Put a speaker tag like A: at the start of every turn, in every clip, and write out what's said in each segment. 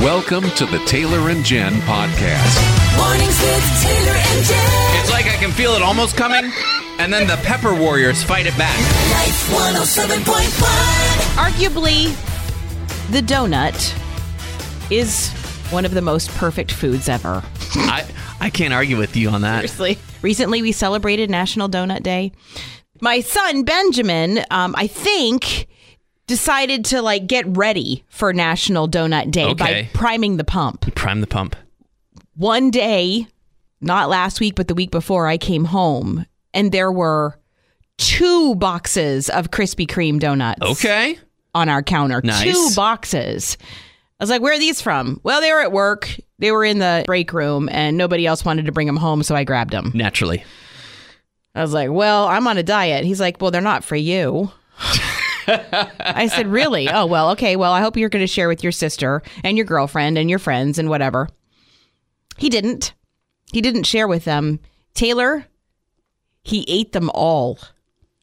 A: Welcome to the Taylor and Jen podcast.
B: Mornings with Taylor and Jen.
C: It's like I can feel it almost coming, and then the Pepper Warriors fight it back.
B: Life 107.1.
D: Arguably, the donut is one of the most perfect foods ever.
C: I I can't argue with you on that.
D: Seriously. Recently, we celebrated National Donut Day. My son, Benjamin, um, I think decided to like get ready for National Donut Day by
C: Okay.
D: priming the pump.
C: Prime the pump.
D: one day, not last week, but the week before, I came home and there were two boxes of Krispy Kreme donuts
C: Okay.
D: on our counter.
C: Nice.
D: Two boxes. I was like, where are these from? Well, they were at work. They were in the break room and nobody else wanted to bring them home, so I grabbed them.
C: Naturally.
D: I was like, well, I'm on a diet. He's like, well, they're not for you. I said, really? Oh, well, okay. Well, I hope you're going to share with your sister and your girlfriend and your friends and whatever. He didn't. He didn't share with them. Taylor, he ate them all.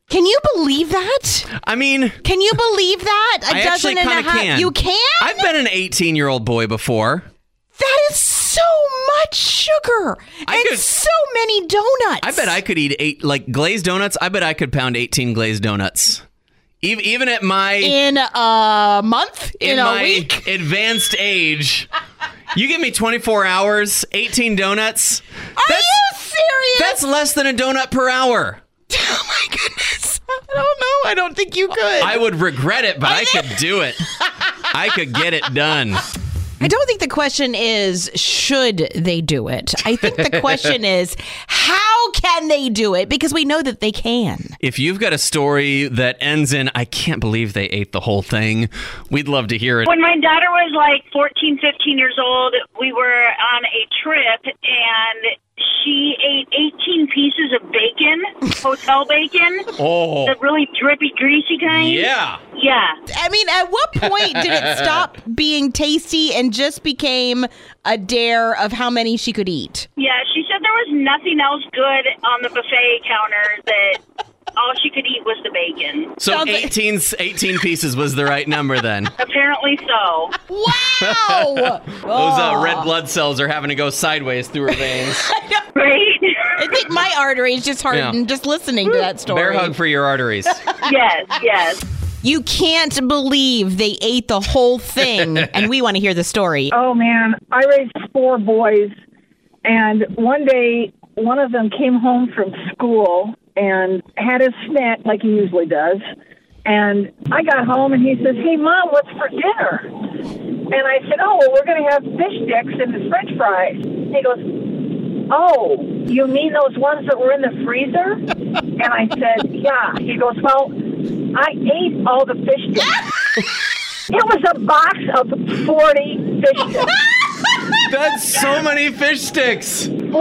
D: Can you believe that?
C: I mean,
D: Can you believe that? A
C: I actually
D: dozen and a
C: kinda
D: half.
C: can.
D: You can?
C: I've been an 18 year old boy before.
D: that is so much sugar
C: I
D: and
C: could-
D: so many donuts.
C: I bet I could eat eight, like glazed donuts. I bet I could pound 18 glazed donuts. Even, even at my,
D: in a month, in, a
C: my
D: week.
C: advanced age, you give me 24 hours, 18 donuts.
D: Are
C: That's-
D: you serious?
C: That's less than a donut per hour.
D: oh my goodness. I don't know. I don't think you could. I,
C: I would regret it, but I could do it. I could get it done.
D: don't think the question is should they do it. I think the question is how can they do it because we know that they can.
C: If you've got a story that ends in, I can't believe they ate the whole thing, we'd love to hear it.
E: When my daughter was like 14, 15 years old, we were on a trip and she ate 18 pieces of bacon, hotel bacon,
C: Oh,
E: the really drippy, greasy kind.
C: yeah.
E: Yeah.
D: I mean, at what point did it stop being tasty and just became a dare of how many she could eat?
E: Yeah. She said there was nothing else good on the buffet counter that all she could eat was the bacon.
C: So
D: Sounds like-
C: 18, 18 pieces was the right number then. Those
E: Apparently so.
D: Wow.
C: uh, red blood cells are having to go sideways through her veins.
E: Right?
D: I think my arteries just hardened just listening to that story.
C: Bear hug for your arteries.
E: yes, yes.
D: You can't believe they ate the whole thing. and we want to hear the story.
F: Oh man, I raised four boys, and one day one of them came home from school and had a snack like he usually does. And I got home and he says, "Hey mom, what's for dinner?" And I said, "Oh, well, we're going to have fish sticks and French fries." He goes, "Oh, you mean those ones that were in the freezer?" and I said, "Yeah." He goes, "Well, I ate all the fish sticks." It was a box of 40 fish sticks.
C: That's so many fish sticks.
F: 40,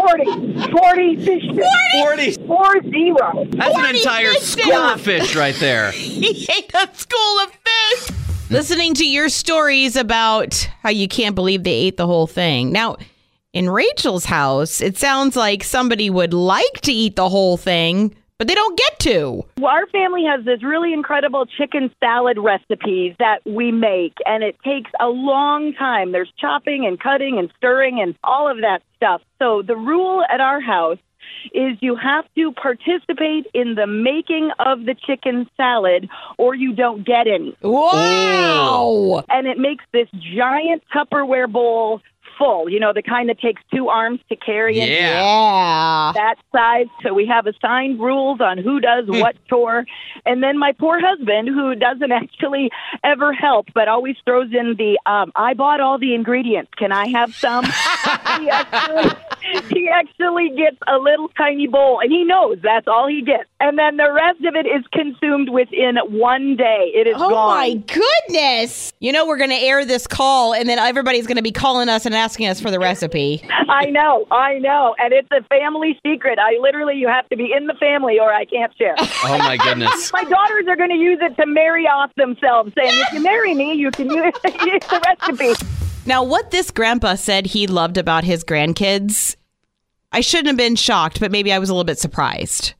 F: 40 fish sticks.
C: 40.
F: Four zero.
C: That's an
D: 40
C: entire
D: fish
C: school
D: sticks.
C: of fish right there.
D: he ate a school of fish. Listening to your stories about how you can't believe they ate the whole thing. Now, in Rachel's house, it sounds like somebody would like to eat the whole thing, but they don't get to.
G: Well, our family has this really incredible chicken salad recipes that we make, and it takes a long time. There's chopping and cutting and stirring and all of that stuff. So the rule at our house is you have to participate in the making of the chicken salad or you don't get any.
D: Wow.
G: And it makes this giant Tupperware bowl full, you know, the kind that takes two arms to carry and
C: Yeah.
D: Yeah.
G: that size. So we have assigned rules on who does what chore. And then my poor husband, who doesn't actually ever help, but always throws in the, um, I bought all the ingredients. Can I have some? he, actually, he actually gets a little tiny bowl, and he knows that's all he gets. And then the rest of it is consumed within one day. It is
D: Oh
G: gone.
D: my goodness. You know, we're going to air this call, and then everybody's going to be calling us and asking us for the recipe.
G: I know, I know. And it's a family secret. I literally, you have to be in the family or I can't share.
C: Oh my goodness.
G: My daughters are going to use it to marry off themselves, saying, if you marry me, you can use, use the recipe.
D: Now, what this grandpa said he loved about his grandkids, I shouldn't have been shocked, but maybe I was a little bit surprised.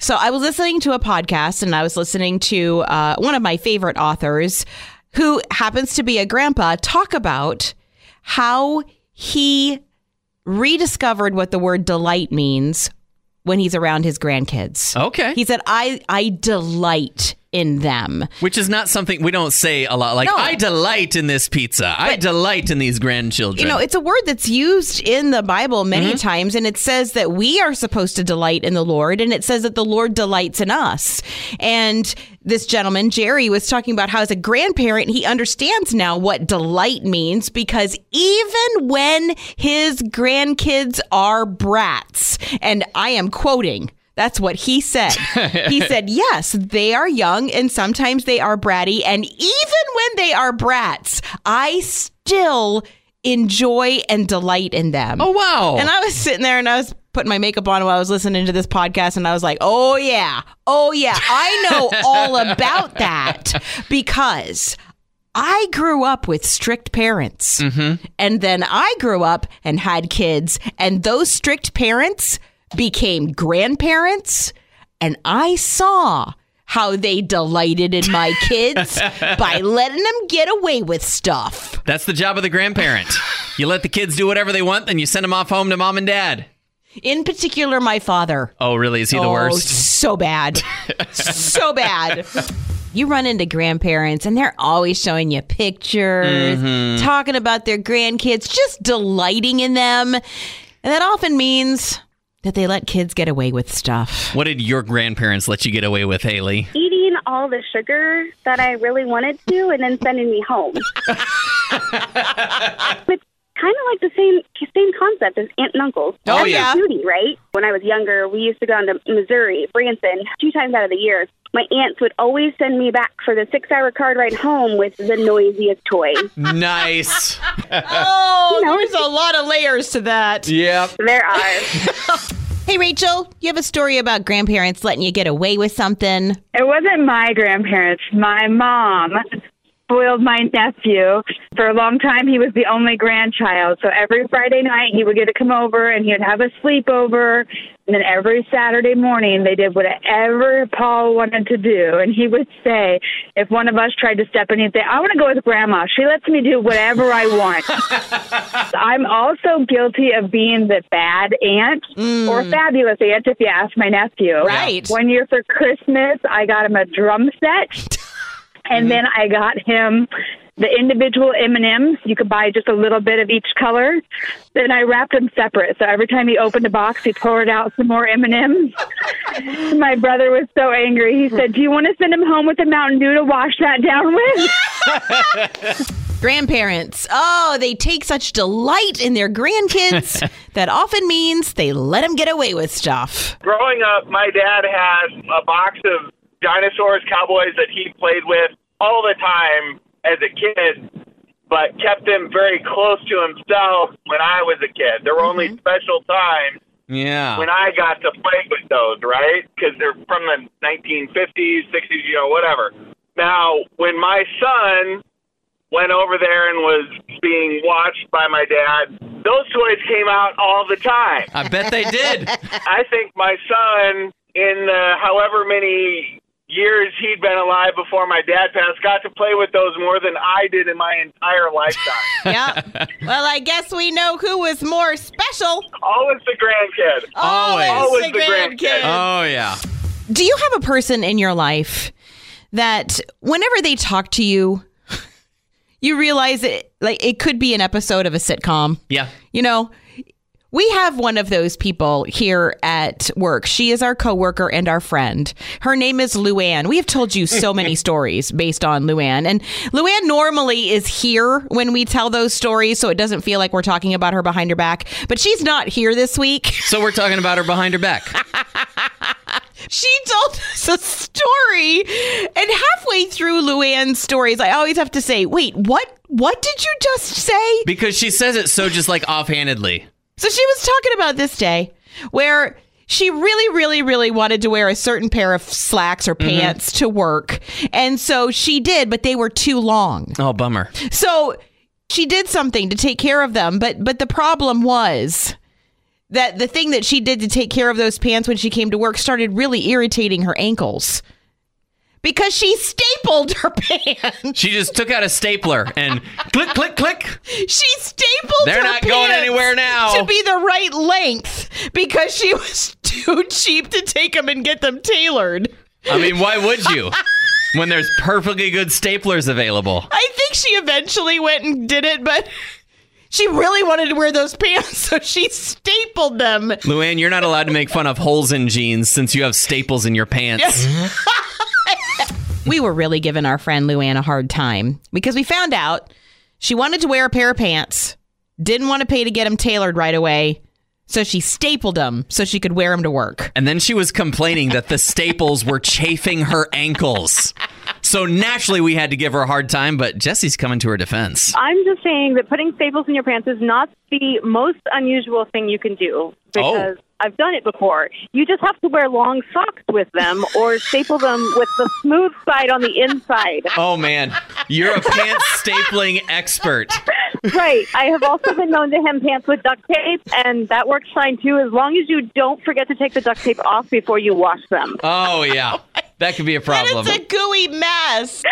D: So I was listening to a podcast and I was listening to uh, one of my favorite authors who happens to be a grandpa talk about how he rediscovered what the word delight means when he's around his grandkids.
C: Okay.
D: He said, I, I delight in them.
C: Which is not something we don't say a lot. Like,
D: No.
C: I delight in this pizza. I delight in these grandchildren.
D: You know, it's a word that's used in the Bible many times, and it says that we are supposed to delight in the Lord, and it says that the Lord delights in us. And this gentleman, Jerry, was talking about how, as a grandparent, he understands now what delight means because even when his grandkids are brats, and I am quoting, that's what he said. he said, Yes, they are young and sometimes they are bratty. And even when they are brats, I still enjoy and delight in them.
C: oh, wow.
D: And I was sitting there and I was putting my makeup on while I was listening to this podcast and I was like, "Oh yeah. Oh yeah. I know all about that because I grew up with strict parents.
C: Mm-hmm.
D: And then I grew up and had kids and those strict parents became grandparents and I saw how they delighted in my kids by letting them get away with stuff.
C: That's the job of the grandparent. you let the kids do whatever they want, then you send them off home to mom and dad.
D: In particular, my father.
C: Oh, really? Is he the worst?
D: So bad. so bad. You run into grandparents and they're always showing you pictures, talking about their grandkids, just delighting in them. And that often means that they let kids get away with stuff.
C: What did your grandparents let you get away with, Haley?
H: eating all the sugar that I really wanted to and then sending me home. it's kind of like the same same concept as aunt and uncle.
C: Oh,
H: That's
C: yeah.
H: duty, right? When I was younger, we used to go down to Missouri, Branson, two times out of the year. My aunts would always send me back for the six-hour card ride home with the noisiest toy.
C: nice.
D: Oh, there's a lot of layers to that.
C: Yep.
H: There are.
D: Hey, Rachel, you have a story about grandparents letting you get away with something.
I: It wasn't my grandparents. My mom spoiled my nephew. For a long time, he was the only grandchild. So every Friday night, he would get to come over and he would have a sleepover. And then every Saturday morning, they did whatever Paul wanted to do. And he would say, if one of us tried to step in, he'd say, I want to go with grandma. She lets me do whatever I want. I'm also guilty of being the bad aunt or fabulous aunt, if you ask my nephew.
D: Right.
I: One year for Christmas, I got him a drum set,
J: Mm-hmm.
I: and then I got him the individual M and M's. You could buy just a little bit of each color. Then I wrapped them separate, so every time he opened a box, he poured out some more M and M's. My brother was so angry. He said, "Do you want to send him home with a Mountain Dew to wash that down with?"
D: Grandparents, oh, they take such delight in their grandkids that often means they let them get away with stuff.
K: growing up, my dad had a box of dinosaurs, cowboys that he played with all the time as a kid, but kept them very close to himself when I was a kid. There were only special times
C: Yeah.
K: when I got to play with those, right? Because they're from the 1950s, 60s, you know, whatever. Now, when my son went over there and was being watched by my dad, those toys came out all the time.
C: I bet they did.
K: I think my son, in the however many years he'd been alive before my dad passed, got to play with those more than I did in my entire lifetime.
D: Yep. well, I guess we know who was more special.
K: Always the grandkid.
C: Always.
K: Always the grandkid.
C: Oh, yeah.
D: Do you have a person in your life that whenever they talk to you, you realize it like it could be an episode of a sitcom?
C: Yeah.
D: You know, we have one of those people here at work. She is our coworker and our friend. Her name is Luann. We have told you so many stories based on Luann. And Luann normally is here when we tell those stories, so it doesn't feel like we're talking about her behind her back. But she's not here this week.
C: So we're talking about her behind her back.
D: She told us a story, and halfway through Luann's stories, I always have to say, "Wait, what? What did you just say?"
C: Because she says it so just like offhandedly.
D: So she was talking about this day where she really, really, really wanted to wear a certain pair of slacks or pants to work, and so she did, but they were too long.
C: Oh, bummer.
D: So she did something to take care of them, but but the problem was that the thing that she did to take care of those pants when she came to work started really irritating her ankles. because she stapled her pants.
C: She just took out a stapler and click, click, click.
D: She stapled
C: They're
D: her
C: not going
D: pants
C: anywhere now.
D: to be the right length because she was too cheap to take them and get them tailored.
C: I mean, why would you? When there's perfectly good staplers available.
D: I think she eventually went and did it, but she really wanted to wear those pants, so she stapled them.
C: Luann, you're not allowed to make fun of holes in jeans since you have staples in your pants.
D: we were really giving our friend Luann a hard time because we found out she wanted to wear a pair of pants, didn't want to pay to get them tailored right away, so she stapled them so she could wear them to work.
C: And then she was complaining that the staples were chafing her ankles. So naturally, we had to give her a hard time, but Jesse's coming to her defense.
J: I'm just saying that putting staples in your pants is not the most unusual thing you can do because I've done it before. You just have to wear long socks with them or staple them with the smooth side on the inside.
C: Oh, man. You're a pants stapling expert.
J: Right. I have also been known to hem pants with duct tape, and that works fine too, as long as you don't forget to take the duct tape off before you wash them.
C: Oh, yeah. That could be a problem.
D: It's a gooey mess.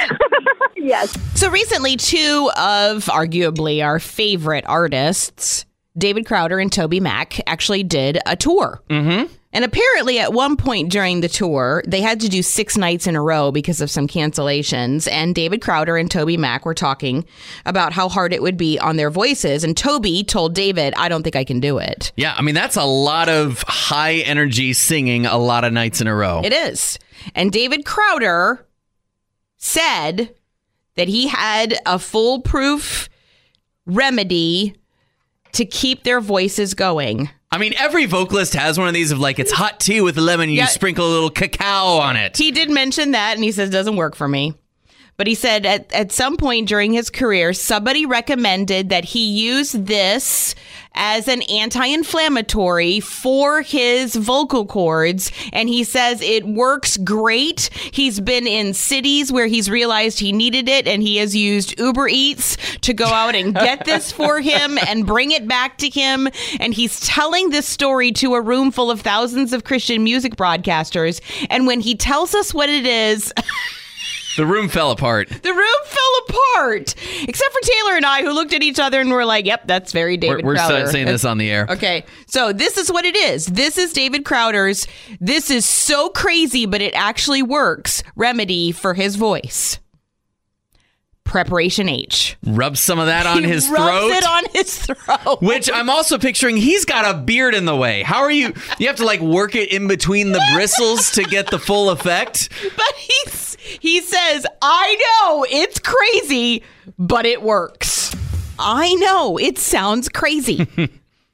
J: yes.
D: So recently, two of arguably our favorite artists, David Crowder and Toby Mack, actually did a tour. Mm-hmm. And apparently, at one point during the tour, they had to do six nights in a row because of some cancellations. And David Crowder and Toby Mack were talking about how hard it would be on their voices. And Toby told David, I don't think I can do it.
C: Yeah, I mean, that's a lot of high energy singing a lot of nights in a row.
D: It is. And David Crowder said that he had a foolproof remedy to keep their voices going.
C: I mean, every vocalist has one of these of like, it's hot tea with lemon, and
D: Yeah.
C: you sprinkle a little cacao on it.
D: He did mention that and he says it doesn't work for me. But he said at, at some point during his career, somebody recommended that he use this as an anti inflammatory for his vocal cords. And he says it works great. He's been in cities where he's realized he needed it, and he has used Uber Eats to go out and get this for him and bring it back to him. And he's telling this story to a room full of thousands of Christian music broadcasters. And when he tells us what it is,
C: The room fell apart.
D: the room fell apart, except for Taylor and I, who looked at each other and were like, "Yep, that's very David."
C: we're
D: Crowder.
C: sa- saying this on the air.
D: Okay, so this is what it is. This is David Crowder's. This is so crazy, but it actually works. Remedy for his voice. Preparation H
C: Rub some of that on
D: He
C: his
D: rubs
C: throat.
D: It on his throat.
C: which I'm also picturing he's got a beard in the way. How are you? You have to like work it in between the bristles to get the full effect.
D: But he's he says, "I know it's crazy, but it works." I know it sounds crazy,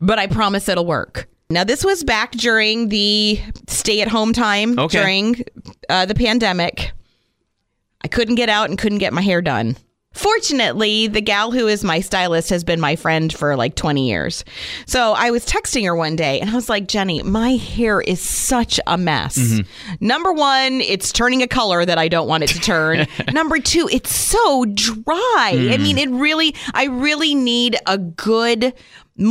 D: but I promise it'll work. Now this was back during the stay-at-home time
C: Okay.
D: during uh, the pandemic. I couldn't get out and couldn't get my hair done. Fortunately, the gal who is my stylist has been my friend for like 20 years. So I was texting her one day and I was like, Jenny, my hair is such a mess. Number one, it's turning a color that I don't want it to turn. Number two, it's so dry. I mean, it really, I really need a good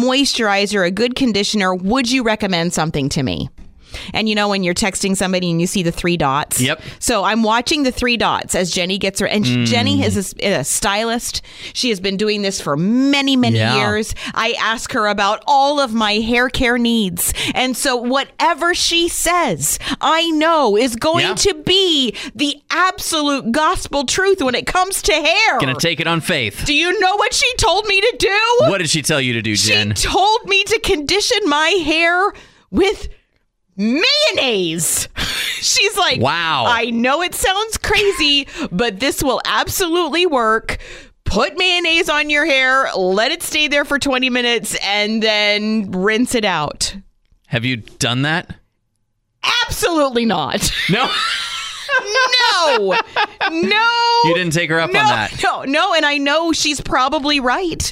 D: moisturizer, a good conditioner. Would you recommend something to me? And you know, when you're texting somebody and you see the three dots.
C: Yep. Mm.
D: So I'm watching the three dots as Jenny gets her. And Jenny is a, a stylist. She has been doing this for many, many
C: Yeah.
D: years. I ask her about all of my hair care needs. And so whatever she says, I know is going
C: Yeah.
D: to be the absolute gospel truth when it comes to hair.
C: Gonna take it on faith.
D: Do you know what she told me to do?
C: What did she tell you to do, Jen?
D: She told me to condition my hair with mayonnaise. She's like,
C: Wow.
D: I know it sounds crazy, but this will absolutely work. Put mayonnaise on your hair, let it stay there for 20 minutes, and then rinse it out.
C: Have you done that?
D: Absolutely not.
C: No,
D: No. no.
C: you didn't take her up
D: no,
C: on that.
D: no, no, and I know she's probably right.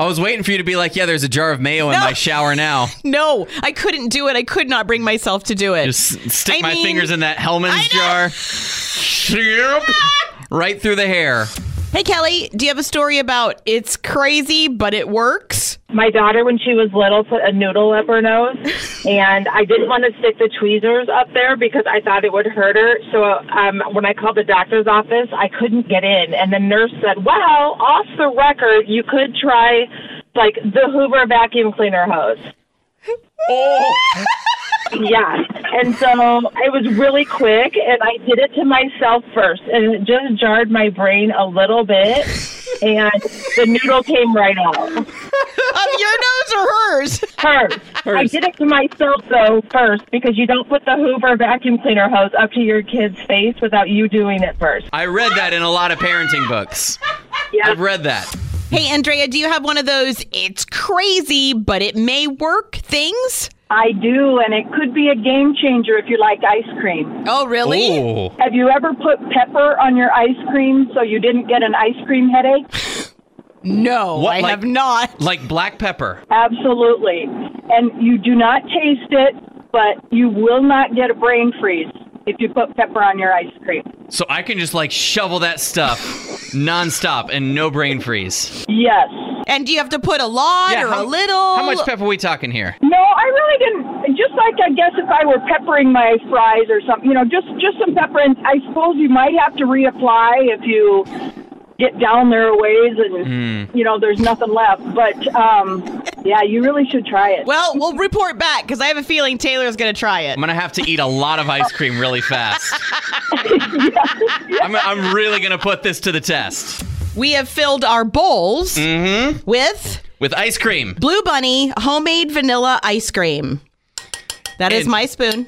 C: I was waiting for you to be like, yeah, there's a jar of mayo in
D: No.
C: my shower now.
D: No, I couldn't do it. I could not bring myself to do it.
C: Just s- stick
D: I
C: my
D: mean,
C: fingers in that Hellman's
D: I
C: jar. Yep. right through the hair.
D: Hey, Kelly, do you have a story about it's crazy, but it works?
L: My daughter, when she was little, put a noodle up her nose, and I didn't want to stick the tweezers up there because I thought it would hurt her. So um, when I called the doctor's office, I couldn't get in, and the nurse said, "Well, off the record, you could try like the Hoover vacuum cleaner hose."
C: Oh.
L: yeah, and so it was really quick, and I did it to myself first, and it just jarred my brain a little bit, and the noodle came right out.
D: Of your nose or hers?
L: Hers. I did it to myself though first because you don't put the Hoover vacuum cleaner hose up to your kid's face without you doing it first.
C: I read that in a lot of parenting books. I've read that.
D: Hey, Andrea, do you have one of those it's crazy, but it may work things?
M: I do, and it could be a game changer if you like ice cream.
D: Oh, really?
C: Ooh.
M: Have you ever put pepper on your ice cream so you didn't get an ice cream headache?
D: No,
C: What, I like- have
D: not.
C: Like black pepper.
M: Absolutely. And you do not taste it, but you will not get a brain freeze if you put pepper on your ice cream.
C: So I can just like shovel that stuff nonstop and no brain freeze.
M: Yes.
D: And do you have to put a lot or
C: how-
D: a little?
C: How much pepper are we talking here?
M: No, I really didn't. Just like I guess if I were peppering my fries or something, you know, just just some pepper. And I suppose you might have to reapply if you get down there a ways and you know there's nothing left. But um, yeah, you really should try it.
D: Well, we'll report back because I have a feeling Taylor's going to try it.
C: I'm gonna have to eat a lot of ice cream really fast. I'm, I'm really gonna put this to the test
D: We have filled our bowls
C: Mm-hmm.
D: with
C: with ice cream.
D: Blue Bunny homemade vanilla ice cream. That is
C: And-
D: my spoon.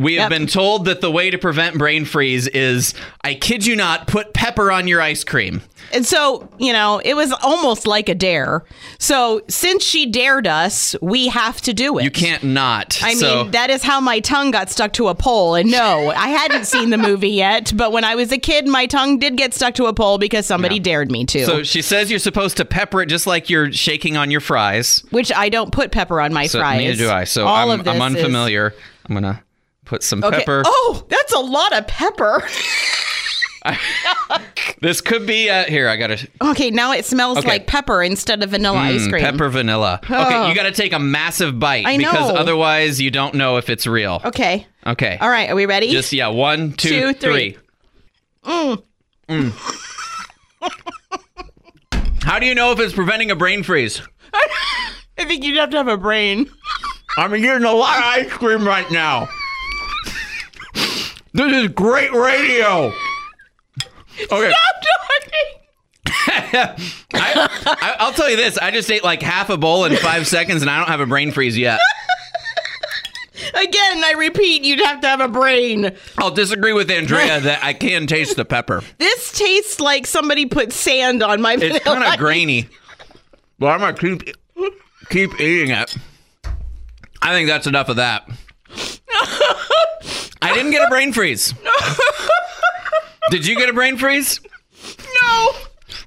C: We have
D: Yep.
C: been told that the way to prevent brain freeze is, I kid you not, put pepper on your ice cream.
D: And so, you know, it was almost like a dare. So, since she dared us, we have to do it.
C: You can't not.
D: I
C: so,
D: mean, that is how my tongue got stuck to a pole. And no, I hadn't seen the movie yet, but when I was a kid, my tongue did get stuck to a pole because somebody dared me to.
C: so she says you're supposed to pepper it just like you're shaking on your fries.
D: which I don't put pepper on my
C: So
D: fries.
C: neither do I. So
D: All
C: I'm,
D: of this
C: I'm
D: is-
C: unfamiliar. I'm gonna put some
D: Okay.
C: pepper.
D: Oh, that's a lot of pepper.
C: This could be uh, here. I gotta
D: okay, now it smells
C: Okay.
D: like pepper instead of vanilla ice
C: Mm,
D: cream.
C: Pepper vanilla.
D: Oh.
C: Okay, you got to take a massive bite
D: I
C: because
D: know.
C: otherwise you don't know if it's real.
D: Okay.
C: Okay.
D: All right, are we ready?
C: Just yeah, one, two, three.
D: Two, three. Mm.
C: Mm. How do you know if it's preventing a brain freeze?
D: I think you'd have to have a brain.
C: I'm eating a lot of ice cream right now. This is great radio. Okay. I, I'll tell you this. I just ate like half a bowl in five seconds, and I don't have a brain freeze yet.
D: Again, I repeat, you'd have to have a brain.
C: I'll disagree with Andrea that I can taste the pepper.
D: This tastes like somebody put sand on my
C: It's
D: vanilla
C: kind
D: ice
C: of grainy. But I'm gonna keep keep eating it. I think that's enough of that. I didn't get a brain freeze. Did you get a brain freeze?
D: No.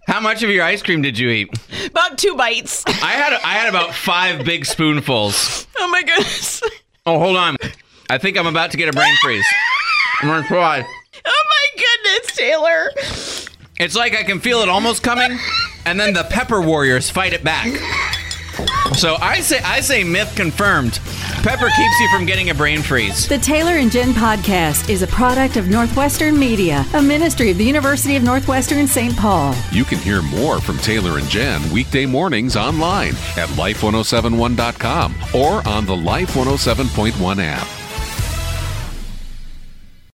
C: How much of your ice cream did you eat?
D: About two bites.
C: I had I had about five big spoonfuls.
D: Oh my goodness.
C: Oh, hold on. I think I'm about to get a brain freeze. I'm gonna cry.
D: Oh my goodness, Taylor.
C: It's like I can feel it almost coming, and then the pepper warriors fight it back. So I say I say myth confirmed. Pepper keeps you from getting a brain freeze.
N: The Taylor and Jen podcast is a product of Northwestern Media, a ministry of the University of Northwestern St. Paul.
A: You can hear more from Taylor and Jen weekday mornings oh online at life1071.com or on the Life 107.1 app.